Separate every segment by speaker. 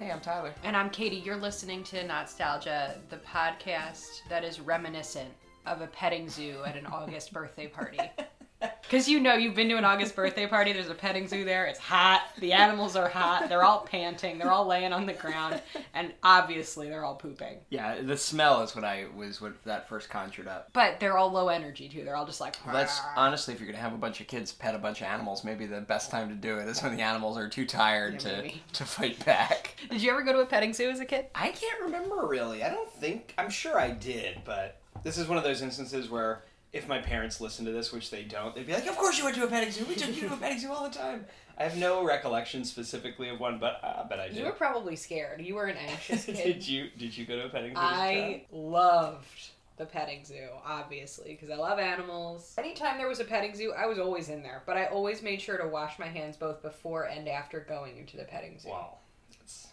Speaker 1: I'm Tyler.
Speaker 2: And I'm Katie. You're listening to Nostalgia, the podcast that is reminiscent of a petting zoo at an August birthday party. Because you know, you've been to an August birthday party, there's a petting zoo there, it's hot, the animals are hot, they're all panting, they're all laying on the ground, and obviously they're all pooping.
Speaker 1: Yeah, the smell is what I was what that first conjured up.
Speaker 2: But they're all low energy too, they're all just like,
Speaker 1: Well, that's honestly, if you're gonna have a bunch of kids pet a bunch of animals, maybe the best time to do it is when the animals are too tired
Speaker 2: Yeah,
Speaker 1: to
Speaker 2: maybe.
Speaker 1: to fight back.
Speaker 2: Did you ever go to a petting zoo as a kid?
Speaker 1: I can't remember really. I don't think I'm sure I did, but this is one of those instances where if my parents listen to this, which they don't, they'd be like, "Of course you went to a petting zoo. We took you to a petting zoo all the time." I have no recollection specifically of one, but uh, but I
Speaker 2: You were
Speaker 1: do.
Speaker 2: probably scared. You were an anxious kid.
Speaker 1: did you did you go to a petting zoo? as a child?
Speaker 2: I loved the petting zoo, obviously, because I love animals. Anytime there was a petting zoo, I was always in there, but I always made sure to wash my hands both before and after going into the petting zoo.
Speaker 1: Wow. That's...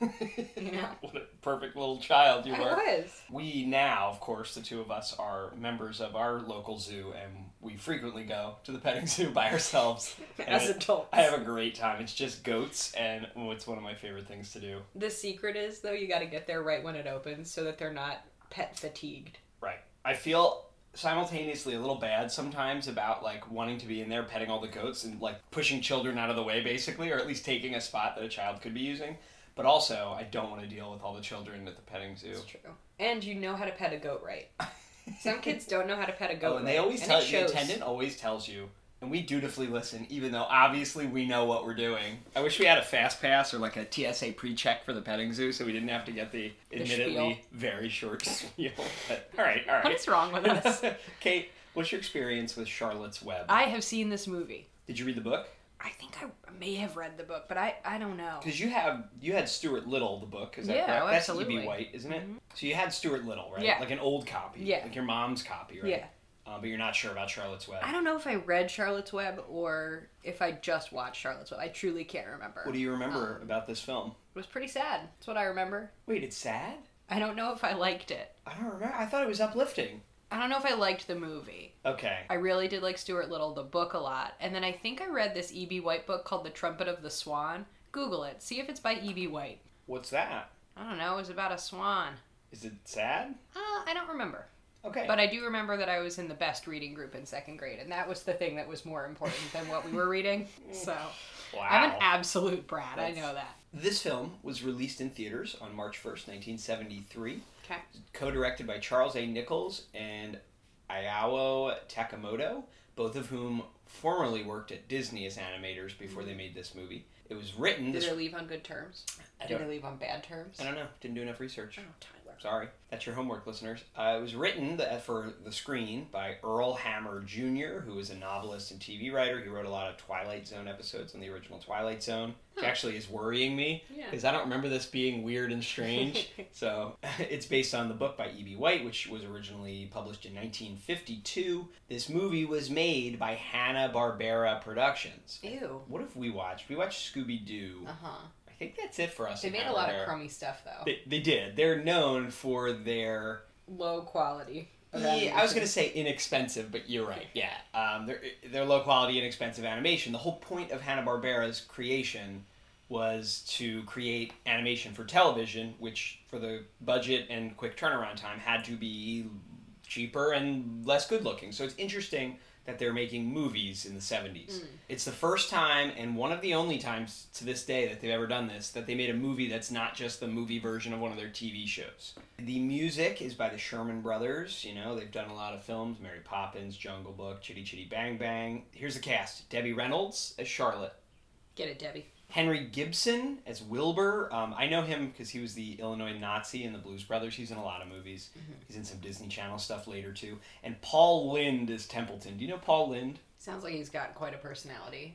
Speaker 2: You know?
Speaker 1: what a perfect little child you
Speaker 2: I
Speaker 1: were.
Speaker 2: was.
Speaker 1: We now, of course, the two of us are members of our local zoo, and we frequently go to the petting zoo by ourselves. And
Speaker 2: As
Speaker 1: it-
Speaker 2: adults.
Speaker 1: I have a great time. It's just goats, and oh, it's one of my favorite things to do.
Speaker 2: The secret is, though, you gotta get there right when it opens so that they're not pet fatigued.
Speaker 1: Right. I feel simultaneously a little bad sometimes about like wanting to be in there petting all the goats and like pushing children out of the way basically or at least taking a spot that a child could be using but also i don't want to deal with all the children at the petting zoo
Speaker 2: It's true. And you know how to pet a goat right. Some kids don't know how to pet a goat
Speaker 1: Oh, and
Speaker 2: right.
Speaker 1: they always tell
Speaker 2: it
Speaker 1: you, the
Speaker 2: shows.
Speaker 1: attendant always tells you, and we dutifully listen, even though obviously we know what we're doing. I wish we had a fast pass or like a TSA pre-check for the petting zoo, so we didn't have to get the,
Speaker 2: The
Speaker 1: admittedly very short spiel. But, all right, all
Speaker 2: What
Speaker 1: right.
Speaker 2: is wrong with us?
Speaker 1: Kate, what's your experience with Charlotte's Web?
Speaker 2: I have seen this movie.
Speaker 1: Did you read the book?
Speaker 2: I think I may have read the book, but I, I don't know.
Speaker 1: Because you have you had Stuart Little, the book, is that
Speaker 2: Yeah,
Speaker 1: correct?
Speaker 2: oh,
Speaker 1: That's
Speaker 2: absolutely. Mm-hmm.
Speaker 1: E.B. White, isn't it? So you had Stuart Little, right?
Speaker 2: Yeah.
Speaker 1: Like an old copy,
Speaker 2: Yeah.
Speaker 1: like your mom's copy, right?
Speaker 2: Yeah.
Speaker 1: Uh, but you're not sure about Charlotte's Web.
Speaker 2: I don't know if I read Charlotte's Web or if I just watched Charlotte's Web. I truly can't remember.
Speaker 1: What do you
Speaker 2: Um,
Speaker 1: remember about this film?
Speaker 2: It was pretty sad. That's what I remember.
Speaker 1: Wait, it's sad?
Speaker 2: I don't know if I liked it.
Speaker 1: I don't remember. I thought it was uplifting.
Speaker 2: I don't know if I liked the movie.
Speaker 1: Okay.
Speaker 2: I really did like Stuart Little, the book, a lot. And then I think I read this E.B. White book called The Trumpet of the Swan. Google it. See if it's by E.B. White.
Speaker 1: What's that?
Speaker 2: I don't know. It was about a swan.
Speaker 1: Is it sad?
Speaker 2: Uh, I don't remember.
Speaker 1: Okay.
Speaker 2: But I do remember that I was in the best reading group in second grade, and that was the thing that was more important than what we were reading. So
Speaker 1: wow.
Speaker 2: I'm an absolute brat. I
Speaker 1: That's-
Speaker 2: know that.
Speaker 1: this film was released in theaters on March 1st, 1973,
Speaker 2: Okay.
Speaker 1: co-directed by Charles A. Nichols and Ayao Takamoto, both of whom formerly worked at Disney as animators before they made this movie. It was written
Speaker 2: Mm-hmm. Did
Speaker 1: this
Speaker 2: they leave on good terms?
Speaker 1: I
Speaker 2: Did
Speaker 1: don't-
Speaker 2: they leave on bad terms?
Speaker 1: I don't know, didn't do enough research.
Speaker 2: Oh, Tyler.
Speaker 1: Sorry, that's your homework, listeners. Uh, it was written th- for the screen by Earl Hammer Jr., who is a novelist and TV writer. He wrote a lot of Twilight Zone episodes on the original Twilight Zone, which
Speaker 2: Huh.
Speaker 1: actually is worrying me
Speaker 2: Yeah.
Speaker 1: because I don't remember this being weird and strange. so it's based on the book by E.B. White, which was originally published in 1952. This movie was made by Hanna Barbera Productions.
Speaker 2: Ew.
Speaker 1: What have we watched? We watched Scooby Doo.
Speaker 2: Uh huh.
Speaker 1: I think that's it for us.
Speaker 2: They
Speaker 1: at
Speaker 2: made a
Speaker 1: Hanna
Speaker 2: lot of
Speaker 1: Barbera.
Speaker 2: crummy stuff though.
Speaker 1: They, they did. They're known for their.
Speaker 2: Low quality. of
Speaker 1: Yeah, I was
Speaker 2: animation.
Speaker 1: gonna say inexpensive, but you're right. Yeah, um, they're they're low quality, inexpensive animation. The whole point of Hanna Barbera's creation was to create animation for television, which for the budget and quick turnaround time had to be cheaper and less good looking. So it's interesting that they're making movies in the 70s. It's the first time and one of the only times to this day that they've ever done this that they made a movie that's not just the movie version of one of their TV shows. The music is by the Sherman Brothers, you know, they've done a lot of films, Mary Poppins, Jungle Book, Chitty Chitty Bang Bang. Here's the cast. Debbie Reynolds as Charlotte.
Speaker 2: Get it, Debbie.
Speaker 1: Henry Gibson as Wilbur. Um, I know him because he was the Illinois Nazi in the Blues Brothers. He's in a lot of movies. He's in some Disney Channel stuff later too. And Paul Lind is Templeton. Do you know Paul Lind?
Speaker 2: Sounds like he's got quite a personality.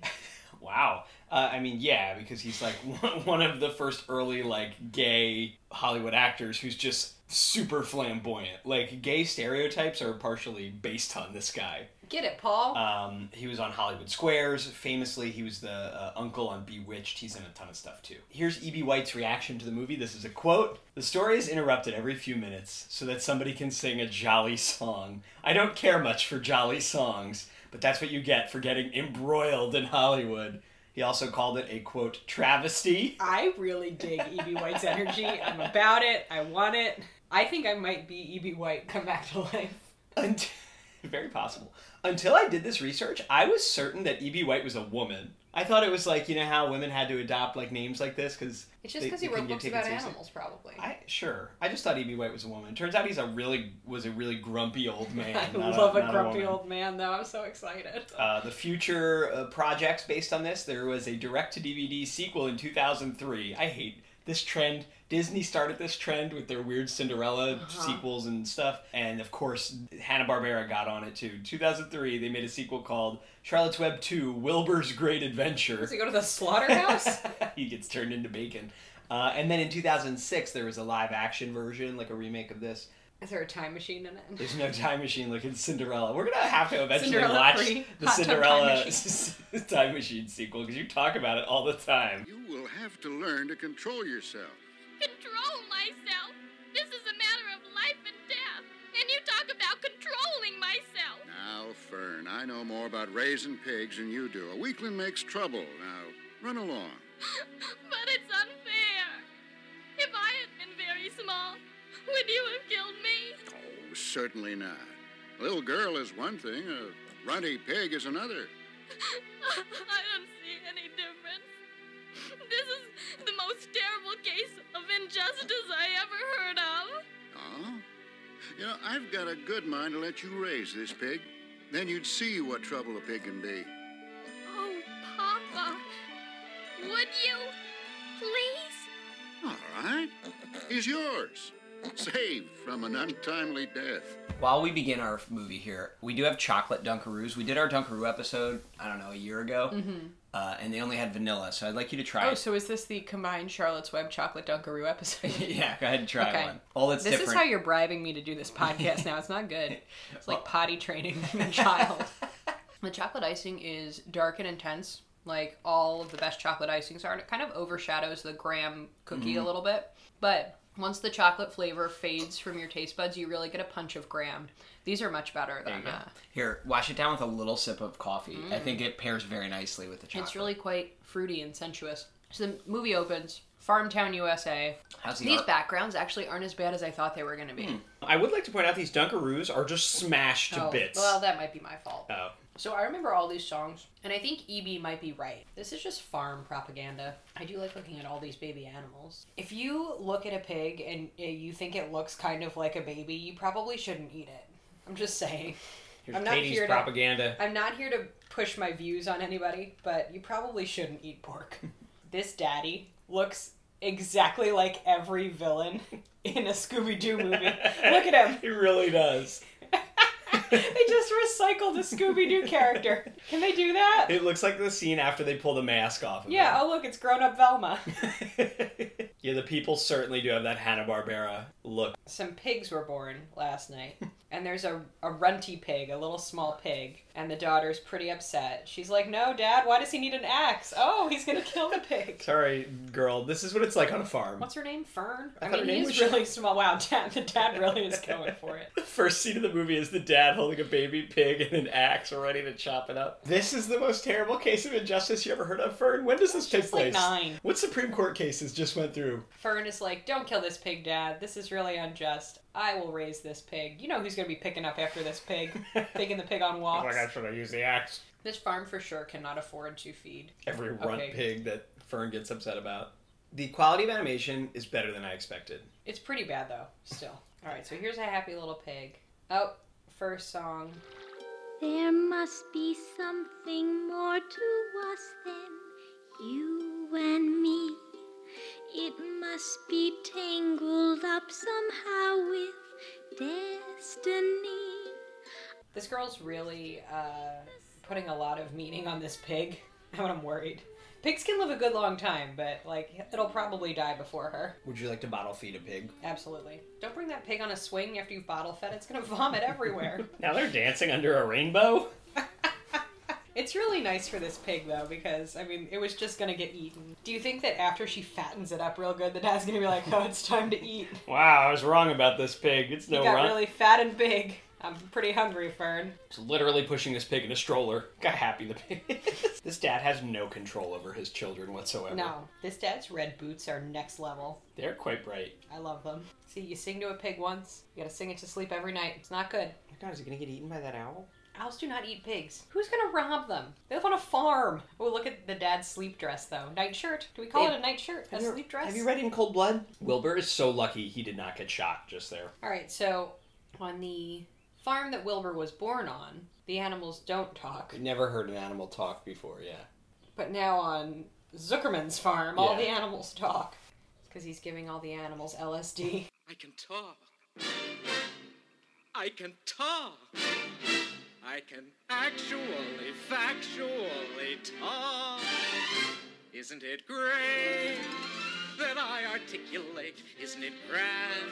Speaker 1: Wow. Uh, I mean, yeah, because he's like one one of the first early like gay Hollywood actors who's just super flamboyant. Like gay stereotypes are partially based on this guy.
Speaker 2: Get it, Paul.
Speaker 1: Um, he was on Hollywood Squares. Famously, he was the uh, uncle on Bewitched. He's in a ton of stuff too. Here's E.B. White's reaction to the movie. This is a quote The story is interrupted every few minutes so that somebody can sing a jolly song. I don't care much for jolly songs, but that's what you get for getting embroiled in Hollywood. He also called it a quote travesty.
Speaker 2: I really dig E.B. White's energy. I'm about it. I want it. I think I might be E.B. White come back to life.
Speaker 1: Unt- very possible. Until I did this research, I was certain that E.B. White was a woman. I thought it was like you know how women had to adopt like names like this because
Speaker 3: It's just because he wrote books about animals, probably.
Speaker 1: I sure. I just thought E.B. White was a woman. Turns out he's a really was a really grumpy old man.
Speaker 2: I
Speaker 1: not
Speaker 2: love a
Speaker 1: not
Speaker 2: grumpy
Speaker 1: woman.
Speaker 2: old man, though. I'm so excited.
Speaker 1: Uh, the future uh, projects based on this, there was a direct to DVD sequel in 2003. I hate this trend. Disney started this trend with their weird Cinderella sequels and stuff. And of course, Hanna-Barbera got on it too. 2003, they made a sequel called Charlotte's Web 2 Wilbur's Great Adventure.
Speaker 2: Does he go to the slaughterhouse?
Speaker 1: he gets turned into bacon. Uh, and then in 2006, there was a live action version, like a remake of this.
Speaker 2: Is there a time machine in it?
Speaker 1: There's no time machine like in Cinderella. We're gonna have to eventually
Speaker 2: Cinderella
Speaker 1: watch
Speaker 2: free
Speaker 1: the
Speaker 2: hot tub time
Speaker 1: Cinderella
Speaker 2: machine.
Speaker 1: time machine sequel because you talk about it all the time.
Speaker 4: You will have to learn to control yourself.
Speaker 5: control myself. This is a matter of life and death. And you talk about controlling myself.
Speaker 4: Now, Fern, I know more about raising pigs than you do. A weakling makes trouble. Now, run along.
Speaker 5: But it's unfair. If I had been very small, would you have killed me?
Speaker 4: Oh, certainly not. A little girl is one thing, a runty pig is another.
Speaker 5: I don't see any difference. This is the most terrible case of injustice I ever heard of.
Speaker 4: Oh? You know, I've got a good mind to let you raise this pig. Then you'd see what trouble a pig can be.
Speaker 5: Oh, Papa, would you? Please?
Speaker 4: All right. He's yours. Saved from an untimely death.
Speaker 1: While we begin our movie here, we do have chocolate Dunkaroos. We did our Dunkaroo episode, I don't know, a year ago,
Speaker 2: Mm-hmm.
Speaker 1: uh, and they only had vanilla. So I'd like you to try.
Speaker 2: Oh,
Speaker 1: it.
Speaker 2: so is this the combined Charlotte's Web chocolate Dunkaroo episode?
Speaker 1: yeah, go ahead and try
Speaker 2: Okay.
Speaker 1: one. All that's
Speaker 2: This
Speaker 1: different.
Speaker 2: is how you're bribing me to do this podcast now. It's not good. It's like potty training a child. the chocolate icing is dark and intense, like all of the best chocolate icings are, and it kind of overshadows the graham cookie
Speaker 1: Mm-hmm.
Speaker 2: a little bit. But once the chocolate flavor fades from your taste buds, you really get a punch of graham. These are much better than uh,
Speaker 1: go.
Speaker 2: that.
Speaker 1: Here, wash it down with a little sip of coffee. I think it pairs very nicely with the chocolate.
Speaker 2: Mm. It's really quite fruity and sensuous. So the movie opens, Farmtown, USA.
Speaker 1: How's the
Speaker 2: These
Speaker 1: art?
Speaker 2: backgrounds actually aren't as bad as I thought they were going to be.
Speaker 1: I would like to point out these Dunkaroos are just smashed to
Speaker 2: Oh,
Speaker 1: bits.
Speaker 2: Well, that might be my fault.
Speaker 1: oh.
Speaker 2: So I remember all these songs, and I think EB might be right. This is just farm propaganda. I do like looking at all these baby animals. If you look at a pig and uh, you think it looks kind of like a baby, you probably shouldn't eat it. I'm just saying.
Speaker 1: Here's
Speaker 2: I'm not
Speaker 1: Katie's
Speaker 2: here to-
Speaker 1: propaganda.
Speaker 2: I'm not here to push my views on anybody, but you probably shouldn't eat pork. this daddy looks exactly like every villain in a Scooby Doo movie. look at him.
Speaker 1: He really does.
Speaker 2: They just recycled a Scooby Doo character. Can they do that?
Speaker 1: It looks like the scene after they pull the mask off. Of
Speaker 2: Yeah, oh look, it's grown up Velma.
Speaker 1: Him. yeah, the people certainly do have that Hanna Barbera look.
Speaker 2: Some pigs were born last night. And there's a, a runty pig, a little small pig, and the daughter's pretty upset. She's like, No, Dad, why does he need an axe? Oh, he's gonna kill the pig.
Speaker 1: Sorry, girl. This is what it's like on a farm.
Speaker 2: What's her name? Fern? I,
Speaker 1: thought her
Speaker 2: mean,
Speaker 1: name was-
Speaker 2: he's really small. Wow, Dad, the dad really is going for it.
Speaker 1: The first scene of the movie is the dad holding a baby pig and an axe, ready to chop it up. This is the most terrible case of injustice you ever heard of, Fern. When does this take
Speaker 2: It's like
Speaker 1: place?
Speaker 2: nine.
Speaker 1: What Supreme Court cases just went through?
Speaker 2: Fern is like, Don't kill this pig, Dad. This is really unjust. I will raise this pig. You know who's gonna be picking up after this pig, taking the pig on walks.
Speaker 1: Oh should I use the axe?
Speaker 2: This farm for sure cannot afford to feed
Speaker 1: every runt
Speaker 2: Okay.
Speaker 1: pig that Fern gets upset about. The quality of animation is better than I expected.
Speaker 2: It's pretty bad though, still. All right, so here's a happy little pig. Oh, first song.
Speaker 5: There must be something more to us than you and me. It must be tangled up somehow with destiny.
Speaker 2: This girl's really uh, putting a lot of meaning on this pig. And I'm worried. Pigs can live a good long time, but like it'll probably die before her.
Speaker 1: Would you like to bottle feed a pig?
Speaker 2: Absolutely. Don't bring that pig on a swing after you've bottle fed. It's gonna vomit everywhere.
Speaker 1: Now they're dancing under a rainbow.
Speaker 2: it's really nice for this pig though, because I mean, it was just gonna get eaten. Do you think that after she fattens it up real good, the dad's gonna be like, "Oh, it's time to eat"?
Speaker 1: Wow, I was wrong about this pig. It's
Speaker 2: He
Speaker 1: no
Speaker 2: got
Speaker 1: runt.
Speaker 2: really fat and big. I'm pretty hungry, Fern.
Speaker 1: He's literally pushing this pig in a stroller. Look How happy the pig is. This dad has no control over his children whatsoever.
Speaker 2: No, this dad's red boots are next level.
Speaker 1: They're quite bright.
Speaker 2: I love them. See, you sing to a pig once, you gotta sing it to sleep every night. It's not good.
Speaker 1: Oh my god, is he gonna get eaten by that owl?
Speaker 2: Owls do not eat pigs. Who's gonna rob them? They live on a farm. Oh, look at the dad's sleep dress, though. Night shirt. Do we call
Speaker 1: Babe,
Speaker 2: it a night shirt? A
Speaker 1: you-
Speaker 2: sleep dress?
Speaker 1: Have you read In Cold Blood? Wilbur is so lucky he did not get shot just there.
Speaker 2: All right, so on the farm that Wilbur was born on, the animals don't talk.
Speaker 1: I've never heard an animal talk before, yeah.
Speaker 2: But now on Zuckerman's farm, all
Speaker 1: Yeah.
Speaker 2: the animals talk. Because he's giving all the animals LSD.
Speaker 6: I can talk. I can talk. I can actually, factually talk. Isn't it great that I articulate? Isn't it grand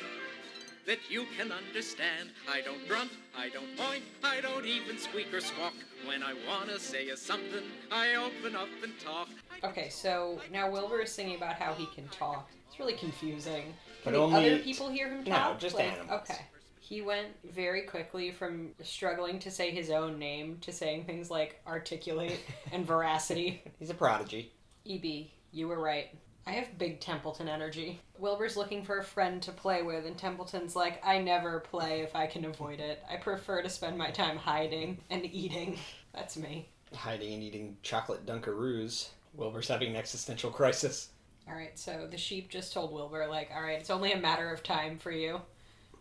Speaker 6: that you can understand? I don't grunt, I don't point, I don't even squeak or squawk. When I wanna say a something, I open up and talk. I can
Speaker 2: Okay,
Speaker 6: talk.
Speaker 2: so
Speaker 6: I can
Speaker 2: now Wilbur is singing about how he can talk. It's really confusing. Can
Speaker 1: But
Speaker 2: the
Speaker 1: only-
Speaker 2: other people hear him
Speaker 1: No,
Speaker 2: talk?
Speaker 1: just
Speaker 2: Like,
Speaker 1: animals.
Speaker 2: Okay. He went very quickly from struggling to say his own name to saying things like articulate and veracity.
Speaker 1: He's a prodigy.
Speaker 2: EB, E you were right. I have big Templeton energy. Wilbur's looking for a friend to play with, and Templeton's like, I never play if I can avoid it. I prefer to spend my time hiding and eating. That's me.
Speaker 1: Hiding and eating chocolate Dunkaroos. Wilbur's having an existential crisis.
Speaker 2: Alright, so the sheep just told Wilbur, like, alright, it's only a matter of time for you.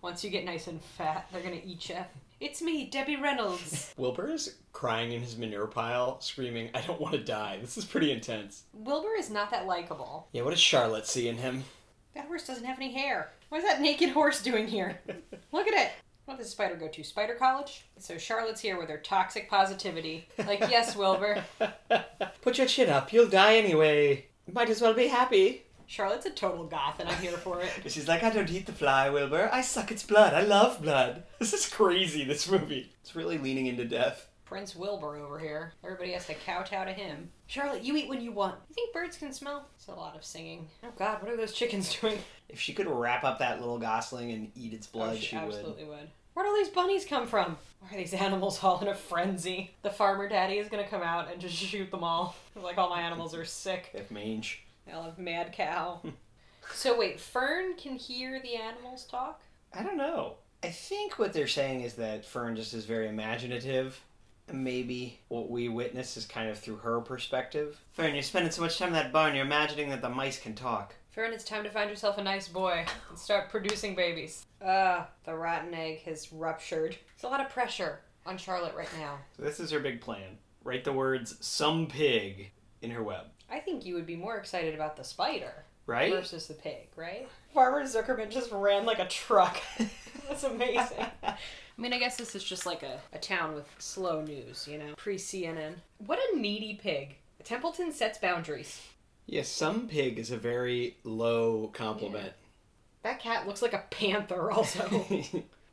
Speaker 2: Once you get nice and fat, they're gonna eat you. It's me, Debbie Reynolds.
Speaker 1: Wilbur is crying in his manure pile, screaming, I don't want to die. This is pretty intense.
Speaker 2: Wilbur is not that likable.
Speaker 1: Yeah, what does Charlotte see in him?
Speaker 2: That horse doesn't have any hair. What is that naked horse doing here? Look at it. What does Spider go to? Spider College? So Charlotte's here with her toxic positivity. Like, yes, Wilbur.
Speaker 1: Put your chin up, you'll die anyway. Might as well be happy.
Speaker 2: Charlotte's a total goth, and I'm here for it.
Speaker 1: She's like, I don't eat the fly, Wilbur. I suck its blood. I love blood. This is crazy, this movie. It's really leaning into death.
Speaker 2: Prince Wilbur over here. Everybody has to kowtow to him. Charlotte, you eat when you want. You think birds can smell? It's a lot of singing. Oh, God, what are those chickens doing?
Speaker 1: If she could wrap up that little gosling and eat its blood,
Speaker 2: Oh,
Speaker 1: she, would.
Speaker 2: absolutely would. Where'd all these bunnies come from? Why are these animals all in a frenzy? The farmer daddy is gonna come out and just shoot them all. Like, all my animals are sick.
Speaker 1: They have mange.
Speaker 2: I love Mad Cow. so wait, Fern can hear the animals talk?
Speaker 1: I don't know. I think what they're saying is that Fern just is very imaginative. And Maybe what we witness is kind of through her perspective. Fern, you're spending so much time in that barn, you're imagining that the mice can talk.
Speaker 2: Fern, it's time to find yourself a nice boy and start producing babies. Uh, the rotten egg has ruptured. It's a lot of pressure on Charlotte right now.
Speaker 1: So this is her big plan. Write the words some pig in her web.
Speaker 2: I think you would be more excited about the spider
Speaker 1: Right?
Speaker 2: versus the pig, right? Farmer Zuckerman just ran like a truck. That's amazing. I mean, I guess this is just like a, a town with slow news, you know? Pre CNN. What a needy pig. Templeton sets boundaries.
Speaker 1: Yes, some pig is a very low compliment.
Speaker 2: That cat looks like a panther, also.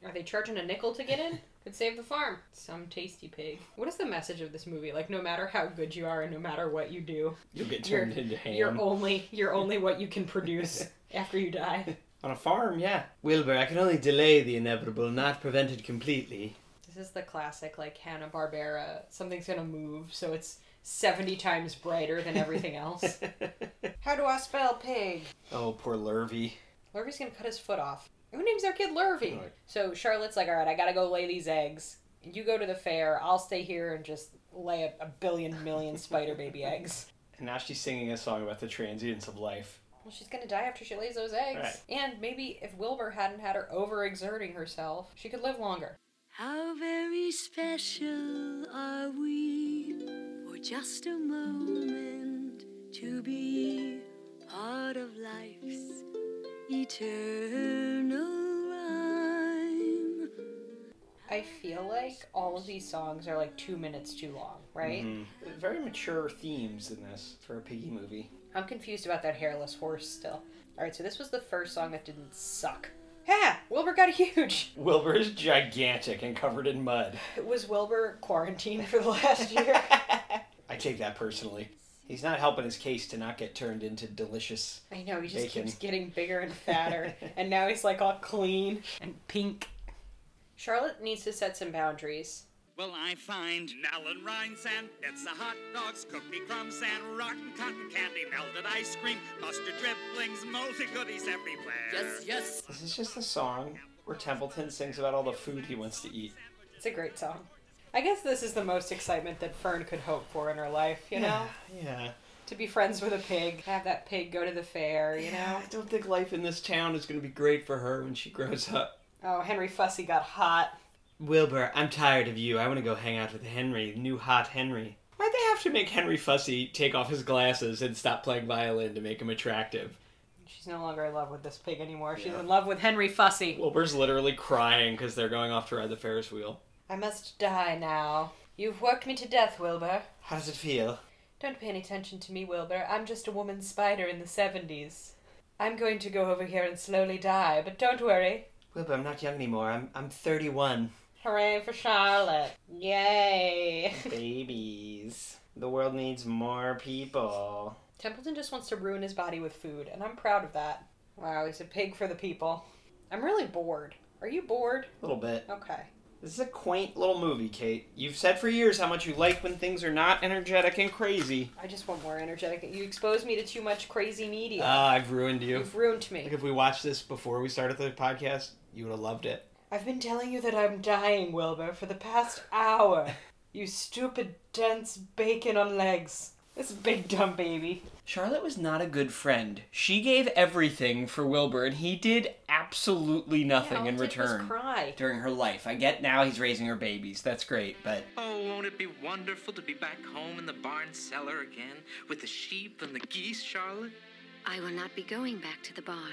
Speaker 2: Are they charging a nickel to get in? Could save the farm. Some tasty pig. What is the message of this movie? Like, no matter how good you are and no matter what you do,
Speaker 1: You'll get
Speaker 2: you're,
Speaker 1: turned into ham.
Speaker 2: you're only you're only what you can produce after you die.
Speaker 1: On a farm, yeah. Wilbur, I can only delay the inevitable, not prevent it completely.
Speaker 2: This is the classic, like Hanna Barbera. Something's gonna move, so it's seventy times brighter than everything else. how do I spell pig?
Speaker 1: oh, poor Lurvy.
Speaker 2: Lurvy's gonna cut his foot off. Who names their kid Lurvy?
Speaker 1: Right.
Speaker 2: So Charlotte's like, all right, I gotta go lay these eggs. You go to the fair. I'll stay here and just lay a, a billion million spider baby eggs.
Speaker 1: And now she's singing a song about the transience of life.
Speaker 2: Well, she's gonna die after she lays those eggs.
Speaker 1: Right.
Speaker 2: And maybe if Wilbur hadn't had her overexerting herself, she could live longer.
Speaker 5: How very special are we for just a moment to be part of life's eternal rhyme.
Speaker 2: I feel like all of these songs are like two minutes too long, right?
Speaker 1: Mm-hmm. Very mature themes in this for a piggy movie.
Speaker 2: I'm confused about that hairless horse still. All right, so this was the first song that didn't suck. Ha! Wilbur got a huge.
Speaker 1: Wilbur is gigantic and covered in mud.
Speaker 2: Was Wilbur quarantined for the last year?
Speaker 1: I take that personally. He's not helping his case to not get turned into delicious.
Speaker 2: I know, he just
Speaker 1: Bacon.
Speaker 2: keeps getting bigger and fatter, and now he's like all clean and pink. Charlotte needs to set some boundaries.
Speaker 6: Well, I find melon rind sand, pizza hot dogs, cookie crumbs and rotten cotton candy, melted ice cream, mustard dribblings, moldy goodies everywhere.
Speaker 5: Yes, yes.
Speaker 1: Is this just a song where Templeton sings about all the food he wants to eat?
Speaker 2: It's a great song. I guess this is the most excitement that Fern could hope for in her life, you know?
Speaker 1: Yeah.
Speaker 2: To be friends with a pig, have that pig go to the fair, you know?
Speaker 1: I don't think life in this town is going to be great for her when she grows up.
Speaker 2: Oh, Henry Fussy got hot.
Speaker 1: Wilbur, I'm tired of you. I want to go hang out with Henry, new hot Henry. Why'd they have to make Henry Fussy take off his glasses and stop playing violin to make him attractive?
Speaker 2: She's no longer in love with this pig anymore. She's
Speaker 1: Yeah.
Speaker 2: in love with Henry Fussy.
Speaker 1: Wilbur's literally crying because they're going off to ride the Ferris wheel.
Speaker 2: I must die now. You've worked me to death, Wilbur.
Speaker 1: How does it feel?
Speaker 2: Don't pay any attention to me, Wilbur. I'm just a woman spider in the 70s. I'm going to go over here and slowly die, but don't worry.
Speaker 1: Wilbur, I'm not young anymore. I'm, I'm 31.
Speaker 2: Hooray for Charlotte. Yay.
Speaker 1: Babies. The world needs more people.
Speaker 2: Templeton just wants to ruin his body with food, and I'm proud of that. Wow, he's a pig for the people. I'm really bored. Are you bored?
Speaker 1: A little bit.
Speaker 2: Okay.
Speaker 1: This is a quaint little movie, Kate. You've said for years how much you like when things are not energetic and crazy.
Speaker 2: I just want more energetic. You expose me to too much crazy media.
Speaker 1: Ah, I've ruined you.
Speaker 2: You've ruined me.
Speaker 1: Like if we watched this before we started the podcast, you would have loved it.
Speaker 2: I've been telling you that I'm dying, Wilbur, for the past hour. You stupid, dense bacon on legs. This big dumb baby.
Speaker 1: Charlotte was not a good friend. She gave everything for Wilbur, and he did absolutely nothing
Speaker 2: Yeah,
Speaker 1: in
Speaker 2: all he did was
Speaker 1: return
Speaker 2: cry.
Speaker 1: during her life. I get now he's raising her babies. That's great, but
Speaker 6: Oh, won't it be wonderful to be back home in the barn cellar again with the sheep and the geese, Charlotte?
Speaker 7: I will not be going back to the barn.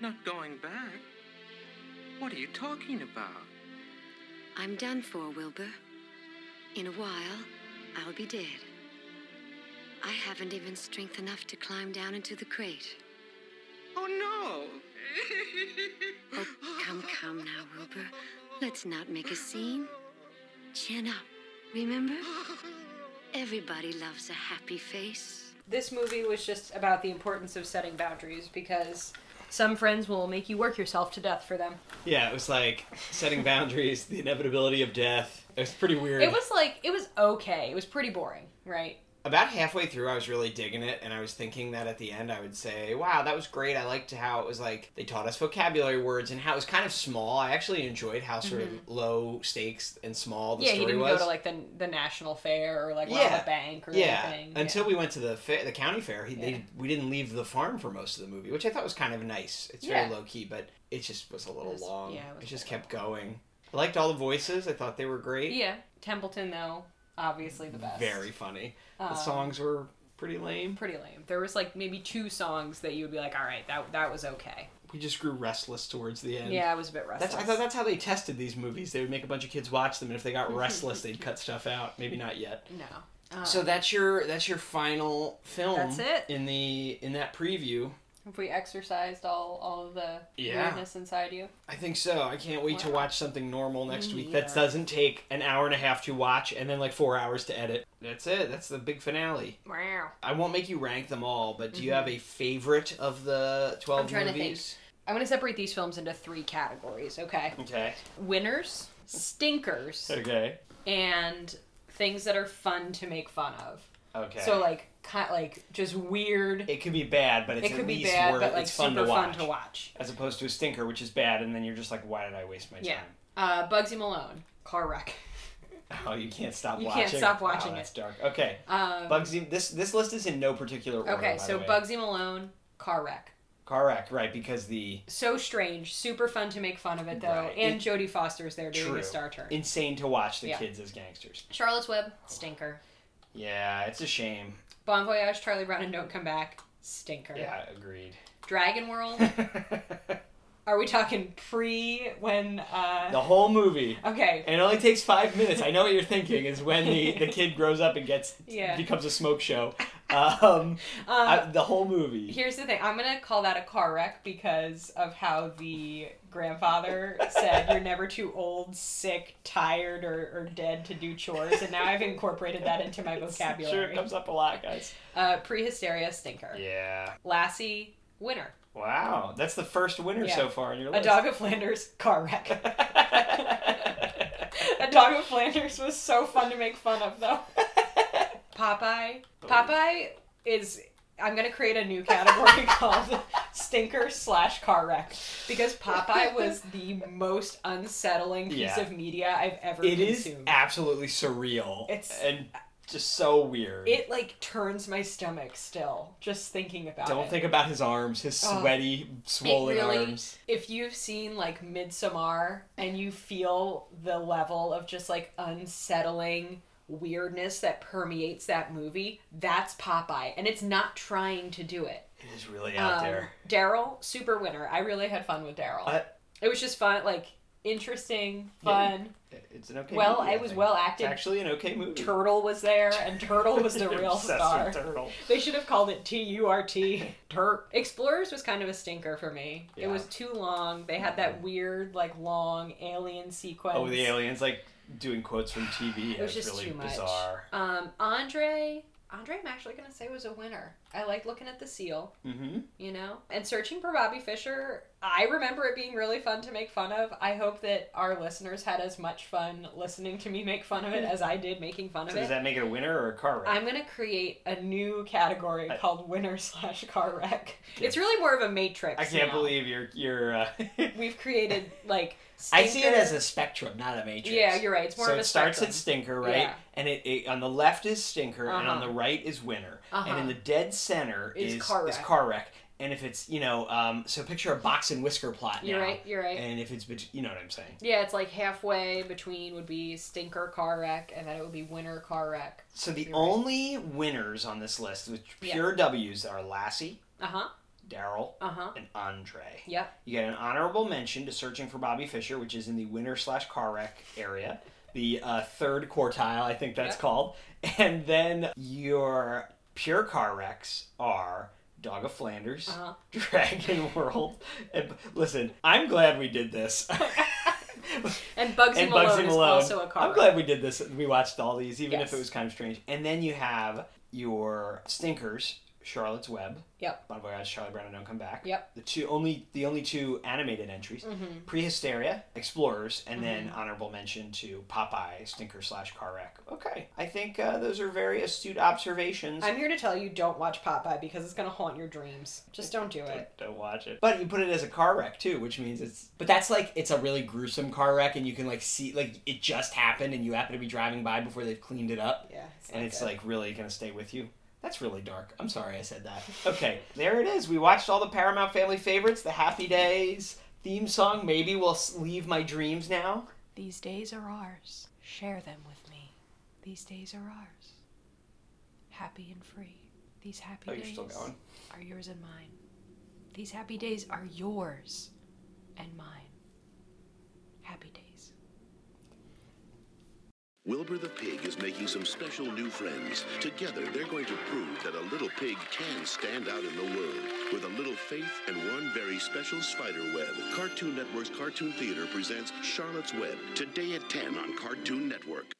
Speaker 6: Not going back? What are you talking about?
Speaker 7: I'm done for, Wilbur. In a while, I'll be dead. I haven't even strength enough to climb down into the crate.
Speaker 6: Oh, no!
Speaker 7: Oh, come, come now, Wilbur. Let's not make a scene. Chin up, remember? Everybody loves a happy face.
Speaker 2: This movie was just about the importance of setting boundaries because some friends will make you work yourself to death for them.
Speaker 1: yeah, it was like setting boundaries, the inevitability of death. It was pretty weird.
Speaker 2: It was like, it was okay. It was pretty boring, right?
Speaker 1: about halfway through i was really digging it and i was thinking that at the end i would say wow that was great i liked how it was like they taught us vocabulary words and how it was kind of small i actually enjoyed how sort of low stakes and small the
Speaker 2: Mm-hmm. yeah, he
Speaker 1: story
Speaker 2: didn't
Speaker 1: was
Speaker 2: go to like the, the national fair or like
Speaker 1: Yeah.
Speaker 2: Rob Bank or
Speaker 1: yeah
Speaker 2: anything.
Speaker 1: until we went to the fair, the county fair he,
Speaker 2: Yeah.
Speaker 1: they, we didn't leave the farm for most of the movie which i thought was kind of nice it's
Speaker 2: Yeah.
Speaker 1: very low key but it just was a little
Speaker 2: was-
Speaker 1: long
Speaker 2: yeah, it was
Speaker 1: it just
Speaker 2: very
Speaker 1: kept going i liked all the voices i thought they were great
Speaker 2: Yeah. Templeton, though, obviously the best.
Speaker 1: very funny the
Speaker 2: Um,
Speaker 1: songs were pretty lame
Speaker 2: pretty lame. There was like maybe two songs that you would be like, all right, that that was okay.
Speaker 1: we just grew restless towards the end
Speaker 2: yeah, I was a bit restless.
Speaker 1: That's, I thought that's how they tested these movies. They would make a bunch of kids watch them, and if they got restless, they'd cut stuff out. Maybe not yet.
Speaker 2: no. Um,
Speaker 1: So that's your that's your final film.
Speaker 2: That's it.
Speaker 1: in the in that preview.
Speaker 2: if we exercised all all of the
Speaker 1: Yeah.
Speaker 2: weirdness inside you,
Speaker 1: I think so. I can't wait to
Speaker 2: Wow.
Speaker 1: watch something normal next
Speaker 2: Me
Speaker 1: week. That
Speaker 2: neither.
Speaker 1: doesn't take an hour and a half to watch, and then like four hours to edit. That's it. That's the big finale.
Speaker 2: wow.
Speaker 1: I won't make you rank them all, but do you have a favorite of the 12
Speaker 2: Mm-hmm. I'm trying to
Speaker 1: movies?
Speaker 2: I'm gonna separate these films into three categories. Okay,
Speaker 1: Okay.
Speaker 2: winners, stinkers,
Speaker 1: Okay.
Speaker 2: and things that are fun to make fun of.
Speaker 1: Okay.
Speaker 2: So like, kind like just weird.
Speaker 1: it could be bad, but it's
Speaker 2: It
Speaker 1: at
Speaker 2: could be
Speaker 1: least
Speaker 2: bad,
Speaker 1: worth,
Speaker 2: but like
Speaker 1: it's fun
Speaker 2: super
Speaker 1: to
Speaker 2: fun
Speaker 1: watch.
Speaker 2: to watch.
Speaker 1: as opposed to a stinker, which is bad, and then you're just like, why did I waste my
Speaker 2: Yeah. Uh, Bugsy Malone, car wreck.
Speaker 1: time? Oh, you can't stop
Speaker 2: You
Speaker 1: watching.
Speaker 2: can't stop
Speaker 1: Wow,
Speaker 2: watching
Speaker 1: that's dark. Okay,
Speaker 2: Um,
Speaker 1: Bugsy. This this list is in no particular order.
Speaker 2: okay,
Speaker 1: Oh, by
Speaker 2: so
Speaker 1: the way.
Speaker 2: Bugsy Malone, car wreck.
Speaker 1: car wreck, right? Because the
Speaker 2: so strange, super fun to make fun of it though.
Speaker 1: Right.
Speaker 2: And
Speaker 1: It-
Speaker 2: Jodie Foster is there doing
Speaker 1: true
Speaker 2: a star turn.
Speaker 1: insane to watch the
Speaker 2: Yeah.
Speaker 1: kids as gangsters.
Speaker 2: Charlotte's Web, stinker.
Speaker 1: Yeah, it's a shame.
Speaker 2: Bon Voyage, Charlie Brown and Don't Come Back, stinker.
Speaker 1: Yeah, agreed.
Speaker 2: Dragon World.
Speaker 1: the
Speaker 2: Are we talking pre when? uh
Speaker 1: whole movie.
Speaker 2: Okay.
Speaker 1: And it only takes five minutes. I know what you're thinking is when the, the kid grows up and gets
Speaker 2: Yeah.
Speaker 1: becomes a smoke show. Um,
Speaker 2: Um,
Speaker 1: I- the whole movie.
Speaker 2: Here's the thing. I'm gonna call that a car wreck because of how the grandfather said you're never too old, sick, tired, or, or dead to do chores, and now I've incorporated that into my
Speaker 1: Sure, it
Speaker 2: vocabulary.
Speaker 1: comes up a lot, guys.
Speaker 2: Uh, pre hysteria stinker.
Speaker 1: Yeah.
Speaker 2: Lassie, Winner.
Speaker 1: Wow, that's the first winner
Speaker 2: Yeah.
Speaker 1: so far in your
Speaker 2: A
Speaker 1: list.
Speaker 2: Dog of Flanders car wreck. A Dog of Flanders was so fun to make fun of, though. Oh, Popeye. Popeye is. I'm gonna create a new category called stinker slash car wreck because Popeye was the most unsettling piece
Speaker 1: Yeah.
Speaker 2: of media I've ever
Speaker 1: it is
Speaker 2: consumed.
Speaker 1: absolutely surreal.
Speaker 2: It's-
Speaker 1: and just so weird.
Speaker 2: it like turns my stomach still just thinking about
Speaker 1: Don't
Speaker 2: it.
Speaker 1: think about his arms, his
Speaker 2: Oh.
Speaker 1: sweaty, swollen
Speaker 2: It really-
Speaker 1: arms.
Speaker 2: if you've seen like Midsommar and you feel the level of just like unsettling weirdness that permeates that movie, that's Popeye, and it's not trying to do it.
Speaker 1: It is really out
Speaker 2: Um,
Speaker 1: there.
Speaker 2: Daryl, super winner. I really had fun with Daryl.
Speaker 1: I-
Speaker 2: it was just fun, like interesting,
Speaker 1: Yeah.
Speaker 2: fun.
Speaker 1: It's an okay.
Speaker 2: well,
Speaker 1: movie,
Speaker 2: it was
Speaker 1: think.
Speaker 2: well
Speaker 1: It's
Speaker 2: acted.
Speaker 1: actually an okay movie.
Speaker 2: Turtle was there, and Turtle was the
Speaker 1: You're
Speaker 2: real
Speaker 1: obsessed with
Speaker 2: star.
Speaker 1: Turtle.
Speaker 2: They should have called it T U R T. Turt. Explorers was kind of a stinker for me.
Speaker 1: Yeah. Mm-hmm.
Speaker 2: It was too long. They had that weird, like, long alien sequence.
Speaker 1: Oh, the aliens like doing quotes from TV.
Speaker 2: It was just
Speaker 1: really
Speaker 2: too much.
Speaker 1: bizarre.
Speaker 2: Um, Andre. Andre, I'm actually gonna say was a winner. I like looking at the seal,
Speaker 1: Mm-hmm.
Speaker 2: you know, and searching for Bobby Fisher. I remember it being really fun to make fun of. I hope that our listeners had as much fun listening to me make fun of it as I did making fun of
Speaker 1: So does
Speaker 2: it.
Speaker 1: that make it a winner or a car wreck?
Speaker 2: I'm gonna create a new category
Speaker 1: I-
Speaker 2: called winner slash car wreck. It's really more of a matrix.
Speaker 1: I can't
Speaker 2: now.
Speaker 1: believe you're you're. Uh,
Speaker 2: we've created like.
Speaker 1: I see it
Speaker 2: stinker-
Speaker 1: as a spectrum, not a matrix.
Speaker 2: Yeah, you're right. It's more
Speaker 1: so
Speaker 2: of a
Speaker 1: it starts
Speaker 2: spectrum.
Speaker 1: at stinker, right?
Speaker 2: Yeah.
Speaker 1: And it, it on the left is stinker, and on
Speaker 2: Uh-huh.
Speaker 1: the right is winner,
Speaker 2: Uh-huh.
Speaker 1: and in the dead center is
Speaker 2: Is
Speaker 1: is
Speaker 2: car
Speaker 1: car,
Speaker 2: wreck.
Speaker 1: wreck. And if it's you know, um, so picture a box and whisker plot.
Speaker 2: You're
Speaker 1: now,
Speaker 2: right. You're right.
Speaker 1: And if it's bet- you know what I'm saying.
Speaker 2: yeah, it's like halfway between would be stinker car wreck, and then it would be winner car wreck.
Speaker 1: So the
Speaker 2: You're right.
Speaker 1: only winners on this list, which
Speaker 2: Yeah.
Speaker 1: pure W's, are Lassie,
Speaker 2: Uh huh.
Speaker 1: Daryl,
Speaker 2: Uh huh.
Speaker 1: and Andre.
Speaker 2: Yep.
Speaker 1: You get an honorable mention to searching for Bobby Fisher, which is in the winner slash car wreck area, the uh, third quartile, I think that's
Speaker 2: Yep.
Speaker 1: called. And then your pure car wrecks are Dog of Flanders,
Speaker 2: Uh-huh.
Speaker 1: Dragon World. And listen, I'm glad we did this.
Speaker 2: And Bugsy
Speaker 1: and
Speaker 2: Malone
Speaker 1: Bugsy
Speaker 2: is
Speaker 1: Malone.
Speaker 2: also a car
Speaker 1: I'm
Speaker 2: wreck.
Speaker 1: glad we did this. We watched all these, even
Speaker 2: Yes.
Speaker 1: if it was kind of strange. And then you have your stinkers, Charlotte's Web.
Speaker 2: Yep.
Speaker 1: Bon Voyage, Charlie Brown, and Don't Come Back.
Speaker 2: Yep.
Speaker 1: The two only the only two animated entries.
Speaker 2: Mhm.
Speaker 1: Prehysteria, Explorers, and then honorable mention to Popeye, Stinker slash Car Wreck. Okay, I think uh, those are very astute observations.
Speaker 2: I'm here to tell you don't watch Popeye because it's gonna haunt your dreams. Just don't do it.
Speaker 1: Don't- Don't watch it. But you put it as a car wreck too, which means it's. But that's like it's a really gruesome car wreck, and you can like see like it just happened, and you happen to be driving by before they've cleaned it up,
Speaker 2: Yeah.
Speaker 1: and
Speaker 2: not
Speaker 1: it's
Speaker 2: good.
Speaker 1: like really gonna stay with you. That's really dark. I'm sorry I said that. Okay, there it is. We watched all the Paramount family favorites, the Happy Days theme song. Maybe we'll s- leave my dreams now.
Speaker 2: These days are ours. Share them with me. These days are ours. Happy and free. These happy
Speaker 1: Oh, you're
Speaker 2: days
Speaker 1: still going.
Speaker 2: are yours and mine. These happy days are yours and mine. Happy days.
Speaker 8: Wilbur the pig is making some special new friends. Together, they're going to prove that a little pig can stand out in the world with a little faith and one very special spider web. Cartoon Network's Cartoon Theater presents Charlotte's Web today at 10 on Cartoon Network.